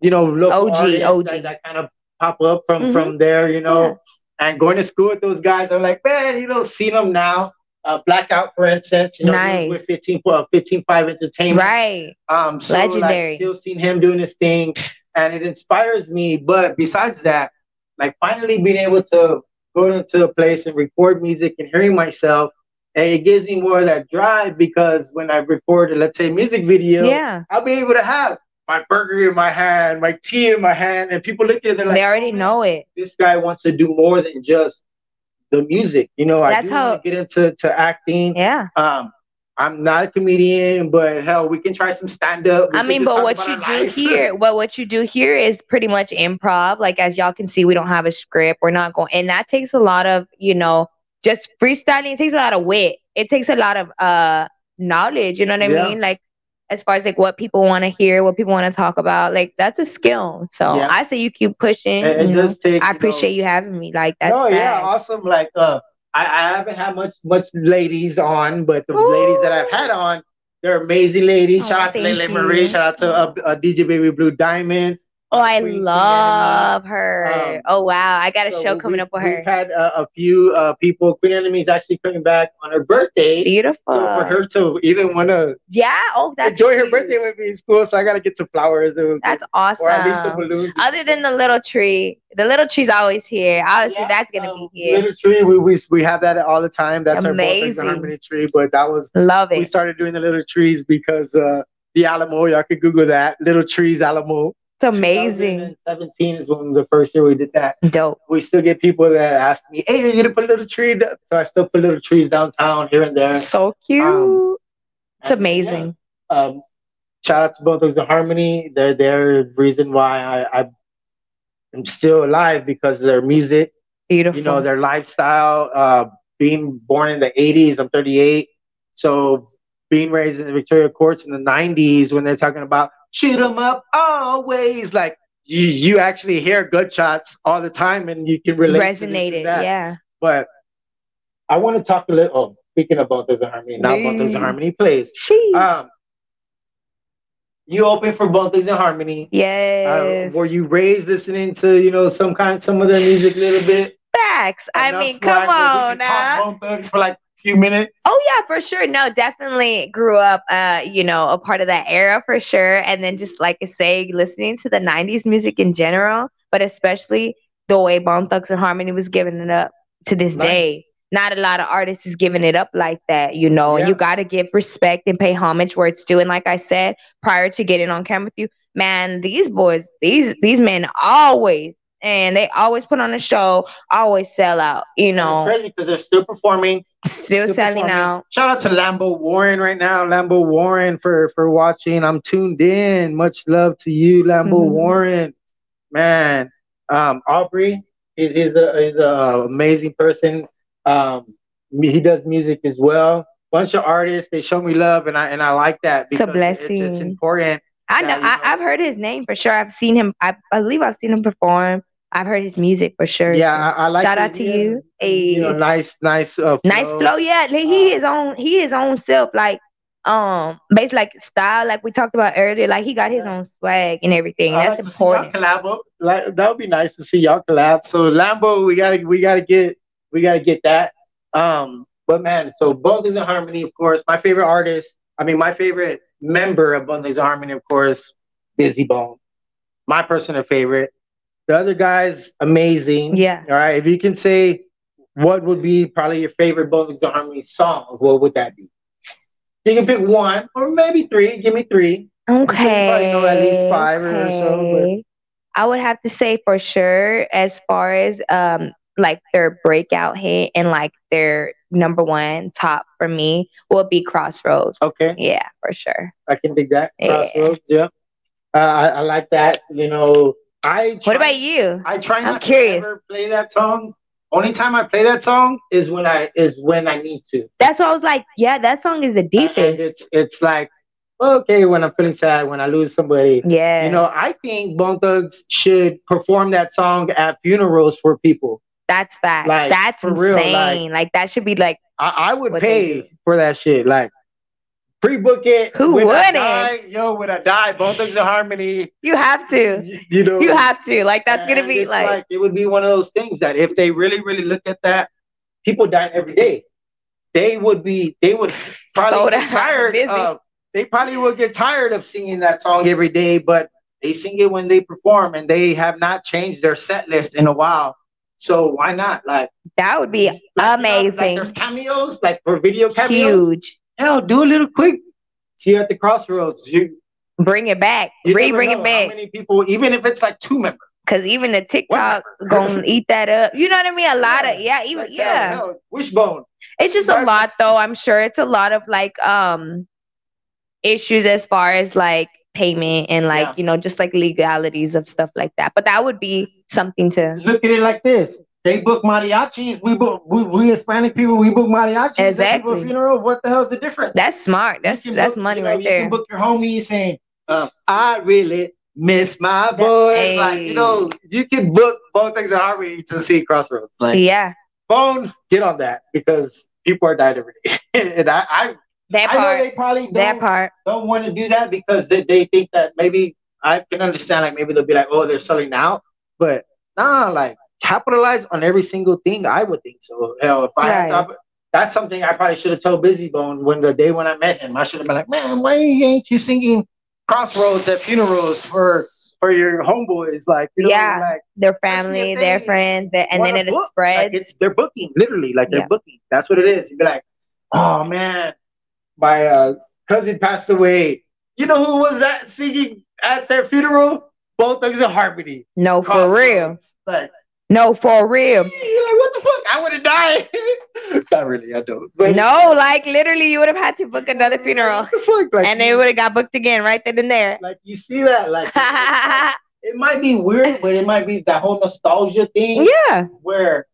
you know, local OG, artists OG. That, that kind of pop up from Mhm. from there. You know, and going to school with those guys, I'm like, man, you don't see them now. Uh, Blackout, for instance, you know, he was Nice. with 15, well, 15 5 Entertainment. right. Um, so like, Legendary. still seen him doing his thing, and it inspires me. But besides that, like finally being able to go into a place and record music and hearing myself, and it gives me more of that drive because when I record, let's say, a music video, yeah. I'll be able to have my burger in my hand, my tea in my hand, and people look at it, they're like, they already "Oh, know it. this guy wants to do more than just the music. You know, I That's do wanna how- get into to acting. Yeah. Um, I'm not a comedian, but hell, we can try some stand up. I mean, but what you do here, but what you do here is pretty much improv. Like as y'all can see, we don't have a script. We're not going, and that takes a lot of, you know, just freestyling. It takes a lot of wit. It takes a lot of uh knowledge. You know what I Yeah. mean? Like as far as like what people want to hear, what people want to talk about. Like that's a skill. So Yeah. I say you keep pushing. It, it you know? does take. I you know- appreciate you having me. Like that's no, yeah, facts. awesome. Like, uh, I, I haven't had much much ladies on, but the ladies that I've had on, they're amazing ladies. Oh, shout out to thank Lele you. Marie. Shout out to uh, uh, DJ Baby Blue Diamond. Oh, I Queen love Um, her. Oh wow, I got a So show coming we've- up with We've her. had uh, a few uh, people. Queen Enemy is actually coming back on her birthday. Beautiful. So for her to even want to Yeah. Oh, that's enjoy her huge. birthday with me is cool. So I gotta get some flowers and- That's or at least some awesome. balloons. Other than the little tree, the little tree's always here. Obviously, Yeah, that's gonna Um, be here. Little tree, we, we we have that all the time. That's Amazing. our harmony tree. But that was Love we it. started doing the little trees because uh, the Alamo. Y'all could Google that. Little trees Alamo. It's amazing. 2017 is when the first year we did that. Dope. We still get people that ask me, "Hey, are you gonna put a little tree?" down?" So I still put little trees downtown here and there. So cute. Um, it's And, amazing. yeah, um, shout out to both of the harmony. They're they're the reason why I, I am still alive because of their music. Beautiful. you know their lifestyle uh being born in the 80s i'm 38 so being raised in the victoria courts in the 90s when they're talking about shoot 'em up always like you, you actually hear gunshots all the time and you can relate to this resonated. and that. Yeah. but i want to talk a little oh, speaking about those harmony not about those Mm. harmony plays Sheesh. um you open for both things in harmony yes. uh, were you raised listening to you know some kind some of their music a little bit Facts. I enough, mean, like, where we come can on now. talk Bone Thugs for like a few minutes. Oh yeah, for sure. No, definitely grew up uh, you know, a part of that era for sure. And then just like I say, listening to the nineties music in general, but especially the way Bone Thugs and Harmony was giving it up to this Nice. day. Not a lot of artists is giving it up like that, you know. And you Yeah. gotta give respect and pay homage where it's due. And like I said, prior to getting on camera with you, man, these boys, these these men always and they always put on a show, always sell out, you It's know. crazy because they're still performing. Still still selling performing. out. Shout out to Lambo Warren right now. Lambo Warren for for watching. I'm tuned in. Much love to you, Lambo Mhm. Warren. Man, um, Aubrey is he's a he's a amazing person. Um, me- he does music as well. Bunch of artists. They show me love, and I and I like that It's a It's, it's blessing. important. I that, know, you I, know. I've heard his name for sure. I've seen him. I believe I've seen him perform. I've heard his music for sure. Yeah, so. I, I like. Shout that out to he you. has, You know, Ayy. nice, nice, uh, nice flow. Yeah, like, he is on. He his own self. Like um, based like style, like we talked about earlier. Like he got his own swag and everything. I'd That's like to Oh, see y'all important. collab up. Like, that would be nice to see y'all collab. So Lambo, we gotta we gotta get we gotta get that. Um, but man, so Bundles and Harmony, of course, my favorite artist. I mean, my favorite member of Bundles and Harmony, of course, Busy Bone. My personal favorite. The other guys, amazing. Yeah. All right, if you can say what would be probably your favorite Bundles and Harmony song, what would that be? You can pick one or maybe three. Give me three. Okay. probably know at least five or so, but- okay. I would have to say for sure, as far as um like their breakout hit and like their number one top for me will be Crossroads. Okay. Yeah, for sure. I can dig that. Yeah. Crossroads, yeah. Uh, I, I like that. You know, I try, What about you? I try I'm not curious. to ever play that song. Only time I play that song is when I is when I need to. That's why I was like, yeah, that song is the And deepest. it's it's like okay when I'm feeling sad when I lose somebody. Yeah, You know, I think Bone Thugs should perform that song at funerals for people. that's facts. like, that's for real, like- insane. like, that should be like, I, I would What they do. pay for that shit. Like pre-book it. Who When I wouldn't? die, yo, when I die, Bone Thugs and Harmony. you have to, You, you know, you have to. Like, that's gonna And be it's like, it would be one of those things that if they really, really look at that, people dying every day. They would be. They would probably Sold get out, tired busy. of. They probably would get tired of singing that song every day, but they sing it when they perform, and they have not changed their set list in a while. So why not? Like that would be like, you know, like amazing, there's cameos, like for video cameos. huge. Hell, do a little quick. See you at the crossroads. You, Bring it back, you re never bring know it How back. many people, even if it's like two members. Cause even the TikTok gonna eat that up. You know what I mean? A lot of yeah, even Like, hell, yeah. hell, wishbone. it's just a But- lot though i'm sure it's a lot of like um issues as far as like payment and like Yeah. you know just like legalities of stuff like that but that would be something to Look at it like this: they book mariachis. We book we, we Hispanic people. We book mariachis. at Exactly. People funeral. What the hell's the difference? that's smart that's You can that's book, money you know, right you there can book your homie saying, uh, "I really miss my boys." Like you know, you can book both things in harmony to see Crossroads. Like yeah phone, get on that because people are dying every day, and I I, that I know part they probably that don't part don't want to do that because they, they think that maybe I can understand like maybe they'll be like, oh, they're selling out, but nah, like capitalize on every single thing. I would think so. Hell, if I had Right. top, that's something I probably should have told Busy Bone when the day when I met him. I should have been like, man, why ain't you singing Crossroads at funerals for for your homeboys? Like, you know, Yeah. like Their That's your family, their thing. friends, the- and What then a it book. like spreads. it's they're booking literally, like they're Yeah. booking. That's what it is. You'd be like, oh man, my uh, cousin passed away. You know who was that singing at their funeral? Both Thugs and Harmony. No, Oh, for Crossroads. real. Like, No, for real. you're like, what the fuck? I would have died. Not really, I don't. But No, like literally, you would have had to book another funeral, What the fuck? Like, and they would have got booked again right then and there. like you see that. Like yeah, it might be weird, but it might be that whole nostalgia thing. where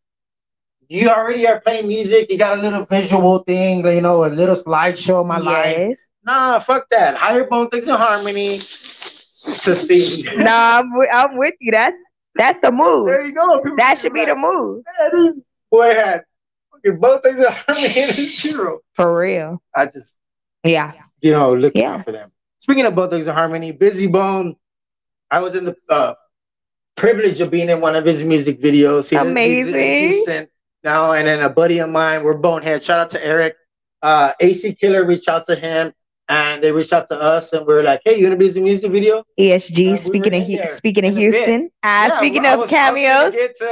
you already are playing music, you got a little visual thing, you know, a little slideshow of my life. yes. Nah, fuck that. Higher Bone Things in Harmony to see. No, I'm, wi- I'm with you. That's that's the move. there you go. People That should be the move Yeah, this boy had fucking both things in harmony in his funeral. for real. I just, Yeah. you know, looking Yeah. out for them. Speaking of both things in harmony, Busy Bone, I was in the uh, privilege of being in one of his music videos. He lives- he's in Amazing. Houston now, and then a buddy of mine, we're Bonehead. Shout out to Eric. Uh, AC Killer reached out to him, and they reached out to us, and we were like, "Hey, you gonna be in the music video?" Uh, ESG. we E speaking were of in Hu- there speaking in of a bit. Houston. Ah, Yeah, speaking I of was- I was gonna cameos. get to, I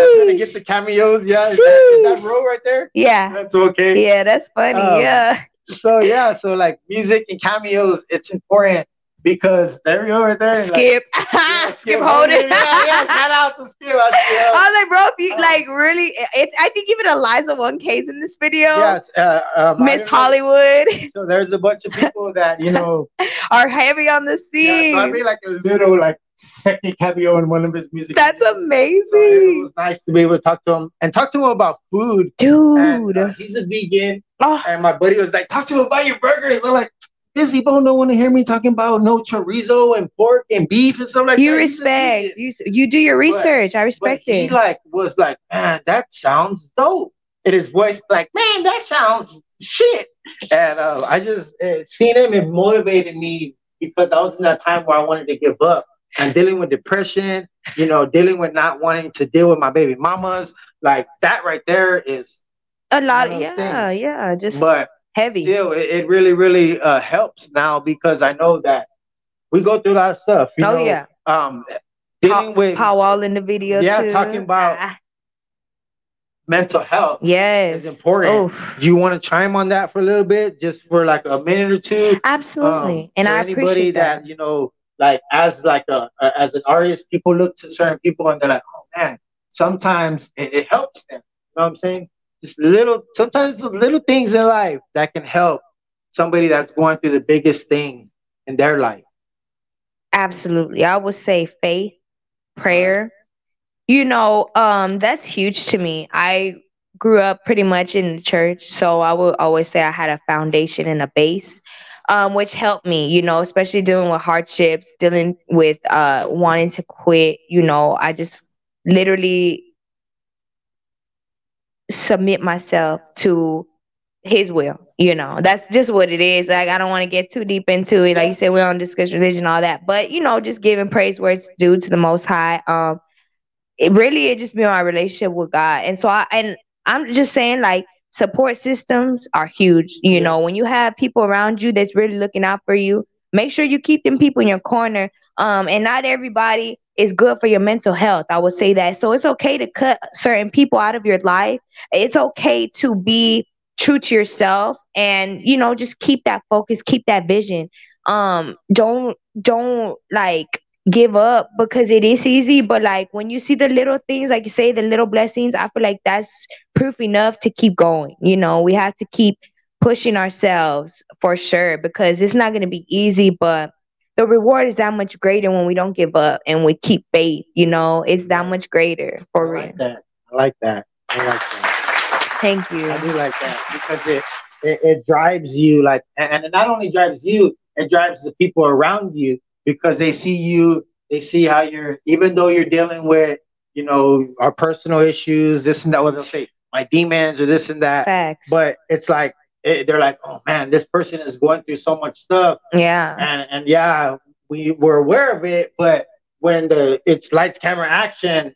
was gonna get sheesh. to cameos. Yeah, is that, is Sheesh. that row right there? Yeah. That's okay. Yeah, that's funny. Um, yeah. So yeah, so like music and cameos, it's important because there we go right there. like, Skip. Yeah, Skip Holden. Yeah, yeah, shout out to Skip. I see, uh, I was like, bro, if you Um, like really, it's. I think even Eliza One K's in this video. yes, uh, um, I Oh. Miss don't know. Hollywood So there's a bunch of people that you know. are heavy on the yeah, scene. so I made like a little like second cameo in one of his music. that's videos. So it amazing, was nice to be able to talk to him and talk to him about food. And, dude. uh, he's a vegan, oh, and my buddy was like, "Talk to him about your burgers." I'm like, "Busy bone don't want to hear me talking about no chorizo and pork and beef and stuff like you that." He's a vegan. respect you. s- You do your research. I But respect he it. like was like, man, that sounds dope. And his voice like, man, that sounds shit. And uh, I just uh, seen him it motivated me because I was in that time where I wanted to give up and dealing with depression. You know, dealing with not wanting to deal with my baby mamas. Like that right there is, a lot. those Yeah, things. yeah. Just but heavy. still, it, it really, really uh, helps now because I know that we go through a lot of stuff. You oh know, yeah. um, dealing with How all in the video. Yeah, too. talking about- Ah, mental health. yes. is important. Oof. you want to chime on that for a little bit, just for like a minute or two? Absolutely, Um, and for I anybody appreciate that. you know, like as like a, a- as an artist, people look to certain people and they're like, oh man, sometimes it, it helps them. You know what I'm saying? Just little, sometimes those little things in life that can help somebody that's going through the biggest thing in their life. Absolutely, I would say faith, Uh-huh. prayer. You know, um, that's huge to me. I grew up pretty much in the church, so I would always say I had a foundation and a base, um, which helped me, you know, especially dealing with hardships, dealing with uh wanting to quit, you know, I just literally submit myself to his will, you know. That's just what it is. Like I don't want to get too deep into it. Like you said, we don't discuss religion, all that. But you know, just giving praise where it's due to the most high. Um it really it just been my relationship with God. And so I and I'm just saying like support systems are huge. You know, when you have people around you that's really looking out for you, make sure you keep them people in your corner. Um and not everybody is good for your mental health. I would say that. So it's okay to cut certain people out of your life. It's okay to be true to yourself and you know just keep that focus, keep that vision. Um don't don't like give up because it is easy but like when you see the little things like you say the little blessings i feel like that's proof enough to keep going you know we have to keep pushing ourselves for sure because it's not going to be easy but the reward is that much greater when we don't give up and we keep faith you know it's that much greater for I real like that. I like that. I like that. thank you I do like that because it it, it drives you like and, and it not only drives you, it drives the people around you because they see you, they see how you're even though you're dealing with, you know, our personal issues, this and that, what they'll say, my demons or this and that. facts But it's like it, they're like, oh man, this person is going through so much stuff, yeah and and yeah, we were aware of it, but when the it's lights, camera, action,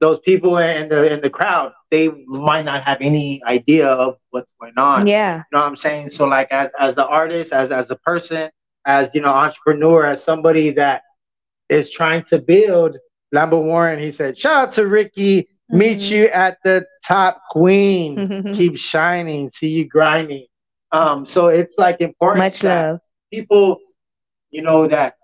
those people in the in the crowd, they might not have any idea of what's going on. Yeah. You know what I'm saying? So like as as the artist, as as a person, as you know, entrepreneur, as somebody that is trying to build Lambo Warren, he said, Shout out to Ricky. Meet Mhm. you at the top queen. Mm-hmm. Keep shining. See you grinding. Um, so it's like important Much that love. people, you know, that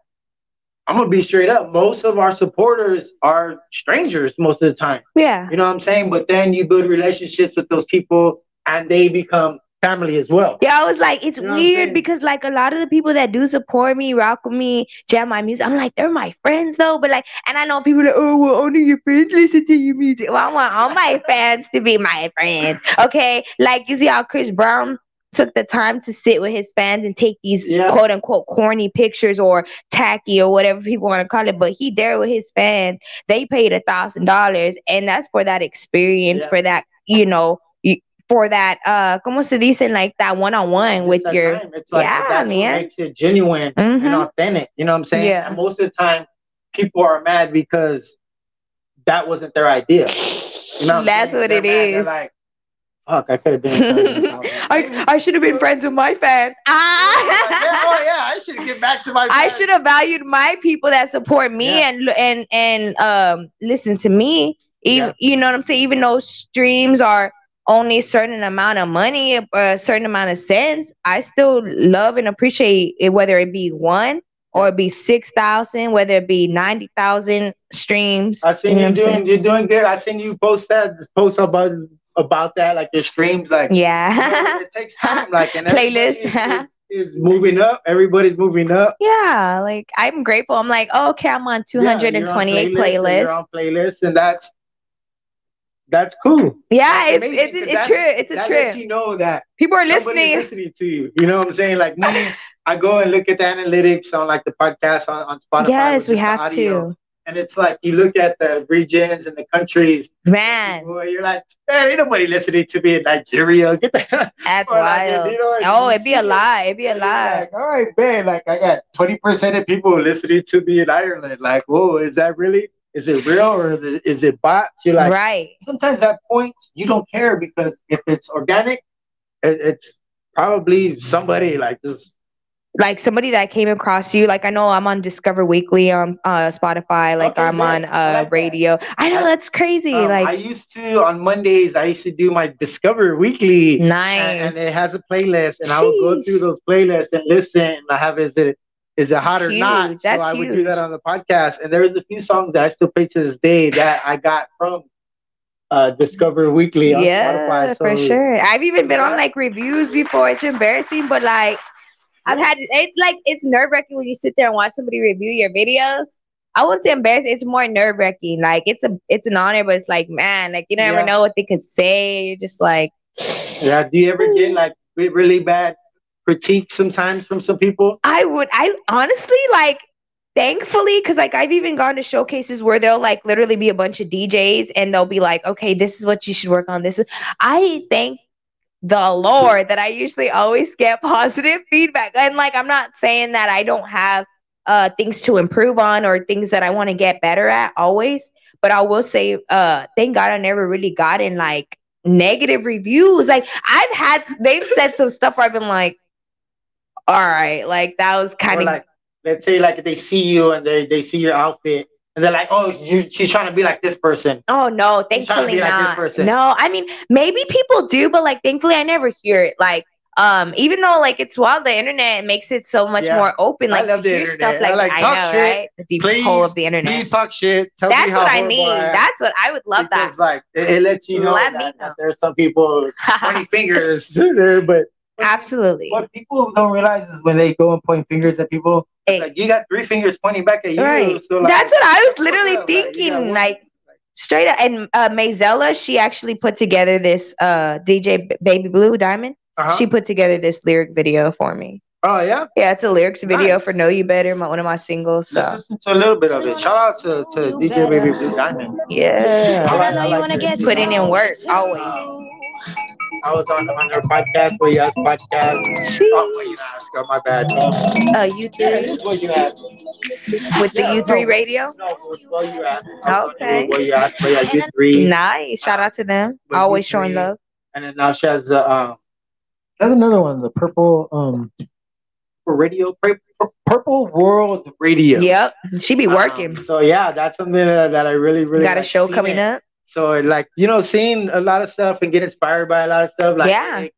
I'm gonna be straight up. Most of our supporters are strangers most of the time. Yeah. You know what I'm saying? But then you build relationships with those people and they become family as well. Yeah, I was like, it's You know what I'm weird saying? because like a lot of the people that do support me, rock with me, jam my music, I'm like, they're my friends though. But like, and I know people are like, oh, well, only your friends listen to your music. Well, I want all my fans to be my friends. Okay, like you see how Chris Brown took the time to sit with his fans and take these Yeah. quote unquote corny pictures or tacky or whatever people want to call it. But he there with his fans. They paid a thousand dollars, and that's for that experience, Yeah. for that you know. y- For that, uh, como se dice, like that one on one It's with that your, time. it's like yeah, that's what man. makes it genuine and uh, Mhm. authentic. You know what I'm saying? Yeah. And most of the time people are mad because that wasn't their idea. You know what I'm that's saying? what They're it mad. They're is. like, fuck, I could have been. in charge of that." I, I should have been friends with my fans. Like, yeah, Ah. oh yeah, I should get back to my. I friends. should have valued my people that support me Yeah. and and and um listen to me. Even, Yeah. You know what I'm saying? Even though streams are only a certain amount of money, a certain amount of cents, I still love and appreciate it, whether it be one or it be six thousand, whether it be ninety thousand streams. I seen know you what I'm doing. saying? You're doing good. I seen you post that post about about that, like your streams, like Yeah. it takes time, like and Playlist. everybody is, is, is moving up. Everybody's moving up. Yeah, like I'm grateful. I'm like, oh, okay, I'm on Yeah, 228 you're on playlists. and You're on playlists, and that's that's cool. yeah, That's it's amazing, it's 'cause it's that- true. It's a that trip. lets you know that People are somebody's listening. listening to you. You know what I'm saying? Like me, I go and look at the analytics on like the podcast on, on Spotify. yes, with just the we have audio. to. and it's like you look at the regions and the countries Man, where you're like, man, ain't nobody listening to me in Nigeria. Get the that's Or like, you wild. know, Oh, you it'd be see a it, lie. It'd be a and you're lie. Like, all right, man. Like I got twenty percent of people listening to me in Ireland. Like, whoa, is that really? Is it real or is it- is it bots? You're like, Right. sometimes at points you don't care because if it's organic, it, it's probably somebody like just Like somebody that came across you. Like I know I'm on Discover Weekly on uh, Spotify. Like Okay, I'm yeah, on uh, I like that. radio. I know I- that's crazy. um, I like used to on Mondays. I used to do my Discover Weekly. and, nice. and it has a playlist, and I would go Sheesh. through those playlists and listen. And I have is it is it hot or That's not? huge. So That's I would do that huge. on the podcast. And there is a few songs that I still play to this day that I got from uh Discover Weekly on yeah, Spotify. So for sure. I've even been on Yeah. like reviews before. It's embarrassing, but like I've had it's like it's nerve wracking when you sit there and watch somebody review your videos. I wouldn't say embarrassing. It's more nerve wracking. Like it's a it's an honor, but it's like man, like you never Yeah. know what they could say. You're just like yeah, do you ever get like re- really bad critique sometimes from some people? I would. I honestly like. Thankfully, because like I've even gone to showcases where they'll like literally be a bunch of DJs and they'll be like, "Okay, this is what you should work on." This is. I thank the Lord that I usually always get positive feedback, and like I'm not saying that I don't have uh things to improve on or things that I want to get better at always, but I will say, uh, thank God I never really got in like negative reviews. Like I've had, they've said some stuff where I've been like all right, like that was kind Or of like let's say like they see you and they they see your outfit and they're like, oh, you, she's trying to be like this person. oh no, You're trying to thankfully be like this not. person. no, I mean maybe people do, but like thankfully I never hear it. Like um, even though like it's wild, the internet makes it so much Yeah. more open. I Like love to the hear internet. stuff I like, like, I talk know, shit. right? The deep Please, hole of the internet. Please talk shit. Tell me That's how what I horrible need. am. That's what I would love because, like it, it lets you know Let me that, that know. there's some people with that. pointing fingers there, but Absolutely. what people don't realize is when they go and point fingers at people, it's Hey. like you got three fingers pointing back at you. Right. So like, That's what I was fuck literally up, like, you got thinking. one- Like straight up and uh Maizella, she actually put together this uh DJ B- Baby Blue Diamond. uh-huh. She put together this lyric video for me. oh yeah. Yeah, it's a lyrics video Nice. for Know You Better, my, one of my singles. So Let's listen to a little bit of it. Shout out to, to DJ Baby Blue Diamond. yeah. I And I like- know I you like wanna it. get Put it in to know work, you. always. I was on on her podcast where you asked podcast. Oh, what you ask? Oh, my bad. No. Uh, you Yeah, it three is what you asked. with the U three radio. No, it was what you asked. Okay. What you asked? But yeah, you three. Nice. Shout out to them. With Always U3. showing love. And then now she has the um, That's another one. The purple, um, radio, Pur- Pur- Purple World Radio. Yep. She be Um, working. so yeah, that's something that, that I really, really Got a like show seeing coming it. up. So like you know, seeing a lot of stuff and get inspired by a lot of stuff, like Yeah. it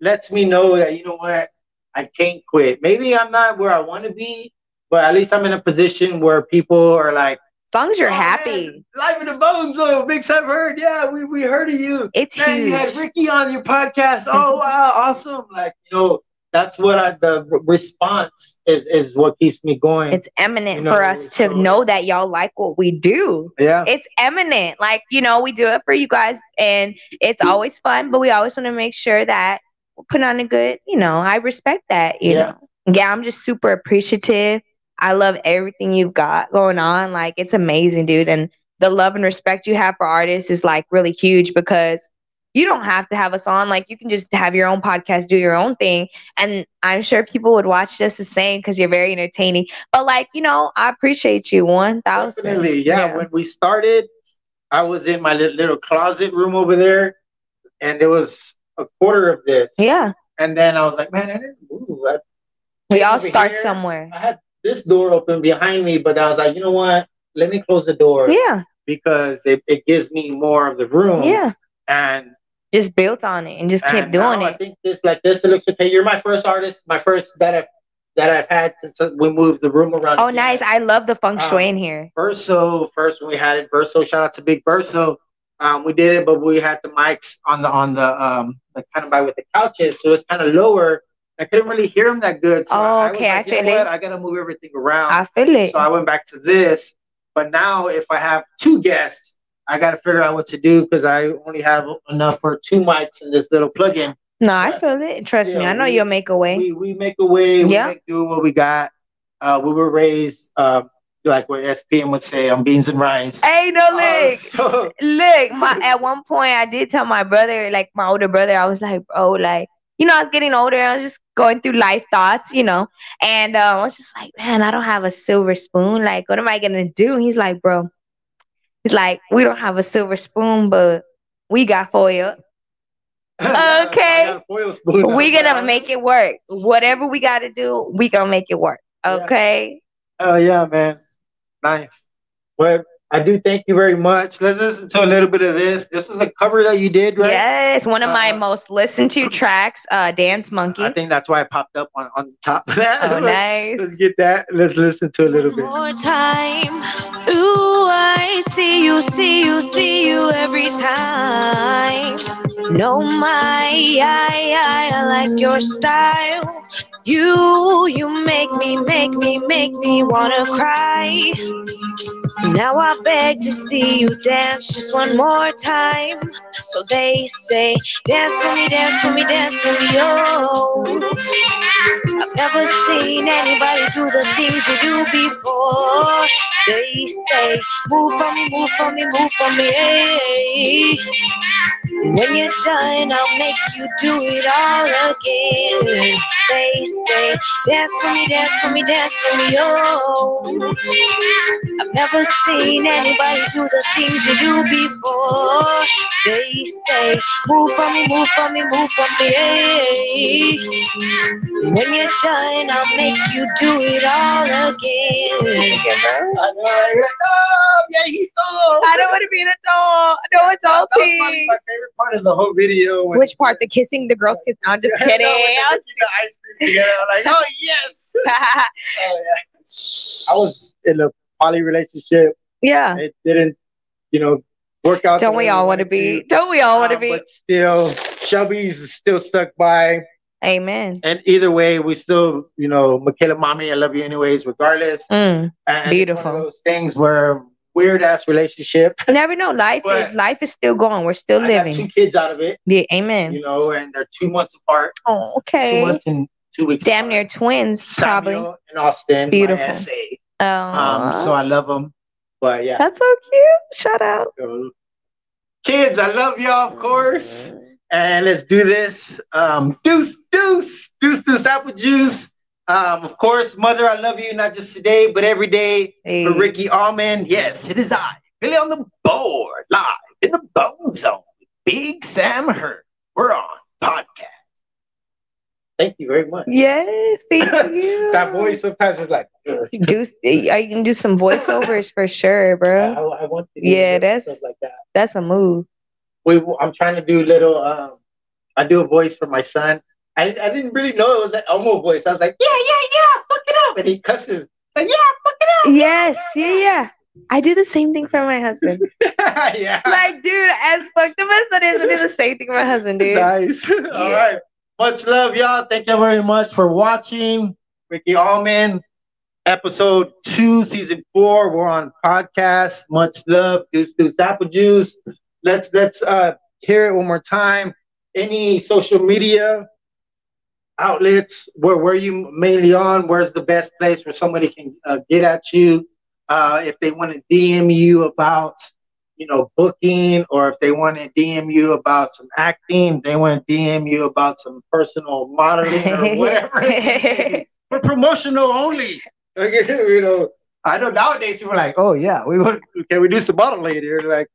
lets me know that you know what, I can't quit. Maybe I'm not where I want to be, but at least I'm in a position where people are like, As long as you're "Oh, happy. man, life in the bones, oh, Big Sam heard, yeah, we we heard of you. It's Man, you huge. had Ricky on your podcast. Oh wow, awesome! Like you know, that's what I the re- response is is what keeps me going. it's eminent You know, for us to so- know that y'all like what we do. yeah, It's eminent. Like, you know, we do it for you guys and it's always fun, but we always want to make sure that we're putting on a good, you know, I respect that, you Yeah. know. Yeah, I'm just super appreciative. I love everything you've got going on. Like, it's amazing, dude. And the love and respect you have for artists is like really huge because you don't have to have us on. Like, you can just have your own podcast, do your own thing. And I'm sure people would watch this the same because you're very entertaining. But, like, you know, I appreciate you 1000. Definitely, yeah. Yeah. When we started, I was in my li- little closet room over there, and it was a quarter of this. Yeah. And And then I was like, man, I didn't move. I, we came all over start here, somewhere. I had this door open behind me, but I was like, you know what? Let me close the door Yeah. because it, it gives me more of the room. Yeah. And, Just built on it and just kept and doing now I it. think this like this looks okay. You're my first artist, my first that I've that I've had since we moved the room around. Oh, again. nice. I love the feng shui Um, in here. Verso first when we had it. Verso, shout out to Big Verso. Um, we did it, but we had the mics on the on the um the kind of by with the couches, so it's kind of lower. I couldn't really hear him that good. So Oh, I, I was okay, like, I you know feel it. what? I gotta move everything around. I feel it. uh, so I went back to this. But now if I have two guests, I gotta figure out what to do because I only have enough for two mics in this little plug-in. no, I but feel it. Trust me, I still, know we- you'll make a way. We we make a way, we Yeah. make do what we got. Uh, we were raised uh, like what SPM would say on beans and rice. Hey, no, Uh, look, so- look. My at one point, I did tell my brother, like my older brother, I was like, bro, like you know, I was getting older. I was just going through life thoughts, you know, and uh, I was just like, man, I don't have a silver spoon. Like, what am I gonna do? And he's like, bro, he's like, we don't have a silver spoon, but we got foil. I got a foil spoon. We gonna make it work. Whatever we gotta do, we gonna make it work. Yeah. Okay. Oh yeah, man, nice. Well, I do thank you very much. Let's listen to a little bit of this. This was a cover that you did, right? Yes, one of my Uh, most listened to tracks, uh, Dance Monkey. I think that's why it popped up on on the top. oh, Let's nice. get that. Let's listen to a little bit. More time. Ooh, I see you, see you, see you every time. No, my, I, I, I like your style. You, you make me, make me, make me wanna cry. Now I beg to see you dance just one more time. So they say, dance for me, dance for me, dance for me, oh. I've never seen anybody do the things you do before. They say, move for me, move for me, move for me. hey. When you're done, I'll make you do it all again. They say, dance for me, dance for me, dance for me, oh. I've never seen anybody do the things you do before. They say, move for me, move for me, move for me. hey. When you're done, I'll make you do it all again. I know, right? You're like, "Oh, viejito." I don't want to be an adult. I don't want That was probably adulting. my favorite part of the whole video. when- Which part? The kissing the girls kiss? No, I'm just Yeah, kidding. no, when they I were eating the ice cream together. I'm like, oh yes. was- Oh, yeah. I was in a poly relationship. yeah. It didn't, you know, work out. Don't the we way I all want to wanted be? Don't we all want to Um, be? But still, Shelby's still stuck by. Amen. And either way, we still, you know, Michaela, mommy, I love you anyways, regardless. Mm. And It's Beautiful. one of those things where weird ass relationship. You Never know. Life But- is life is still going. We're still I got two living. kids out of it, Yeah. Amen. you know, and they're two months apart. Oh, Two okay. months and two weeks. Damn apart. near twins, probably. Samuel and Austin. my Beautiful. SA. Oh, Um, so I love them. But yeah. that's so cute. Shout out. Kids, I love y'all, of course. and let's do this. Um, deuce, deuce, deuce, deuce, apple juice. Um, of course, mother, I love you not just today, but every day Hey. for Ricky Almond. Yes, it is I, Billy on the board, live in the Bone Zone. with Big Sam Hurt. We're on podcast. Thank you very much. Yes, thank you. That voice sometimes is like, "Ugh, Do I can do some voiceovers for sure, I, bro. I want to. do Yeah, little that's- stuff like that. That's a move. we I'm trying to do little um I do a voice for my son. I, I didn't really know it was that Elmo voice. I was like, yeah, yeah, yeah, fuck it up. And he cusses. Like, Yes, yeah, yeah. I do the same thing for my husband. yeah, yeah. like, dude, as fucked up as that is, I do the same thing for my husband, dude. Nice. All right. Much love, y'all. Thank you very much for watching. Ricky Allman, episode two, season four. We're on podcast. Much love. Deuce Deuce Apple Juice. Let's let's uh hear it one more time. Any social media outlets where where you mainly on? Where's the best place where somebody can uh, get at you? Uh, if they want to DM you about you know, booking or if they want to DM you about some acting, they want to DM you about some personal modeling or whatever. For promotional only. Okay, you know, I know nowadays people are like, oh yeah, we want can we do some modeling here? Like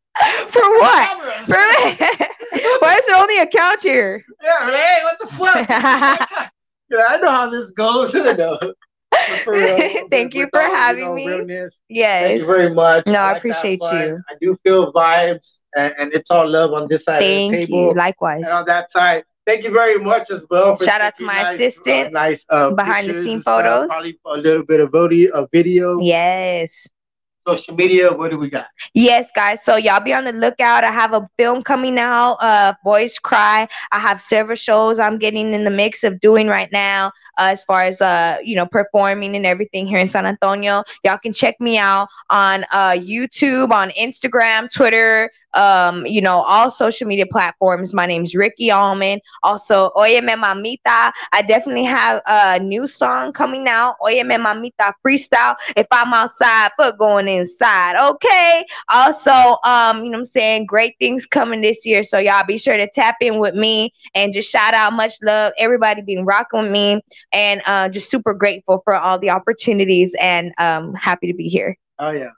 for what? cameras. For Why is there only a couch here? Yeah, like, hey, what the fuck? yeah, I know how this goes. you know. But for real, Thank you with for all, having know, me. realness, Thank you yes. very much. No, I to have appreciate fun. you. I do feel vibes, and, and it's all love on this side Thank of the table. you. Likewise. and on that side. Thank you very much as well. Shout out to taking my nice, assistant. uh, nice uh, Behind the pictures scene and stuff, photos. Probably a little bit of video, of video, Yes. social media. What do we got? Yes, guys. So y'all be on the lookout. I have a film coming out, uh, Boys Cry. I have several shows I'm getting in the mix of doing right now, uh, as far as uh, you know, performing and everything here in San Antonio. Y'all can check me out on uh YouTube, on Instagram, Twitter, um, you know, all social media platforms. My name's Ricky Allman. Also, Oye Me Mamita. I definitely have a new song coming out, Oye Me Mamita Freestyle. If I'm outside, fuck going inside. Okay. Also, um, you know what I'm saying? Great things coming this year. So y'all be sure to tap in with me and just shout out much love. Everybody been rocking with me and uh just super grateful for all the opportunities and um happy to be here. Oh yeah.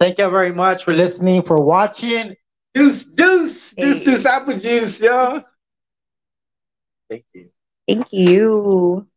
Thank you very much for listening, for watching. Deuce, deuce, deuce, Hey. deuce, apple juice, y'all. Thank you. Thank you.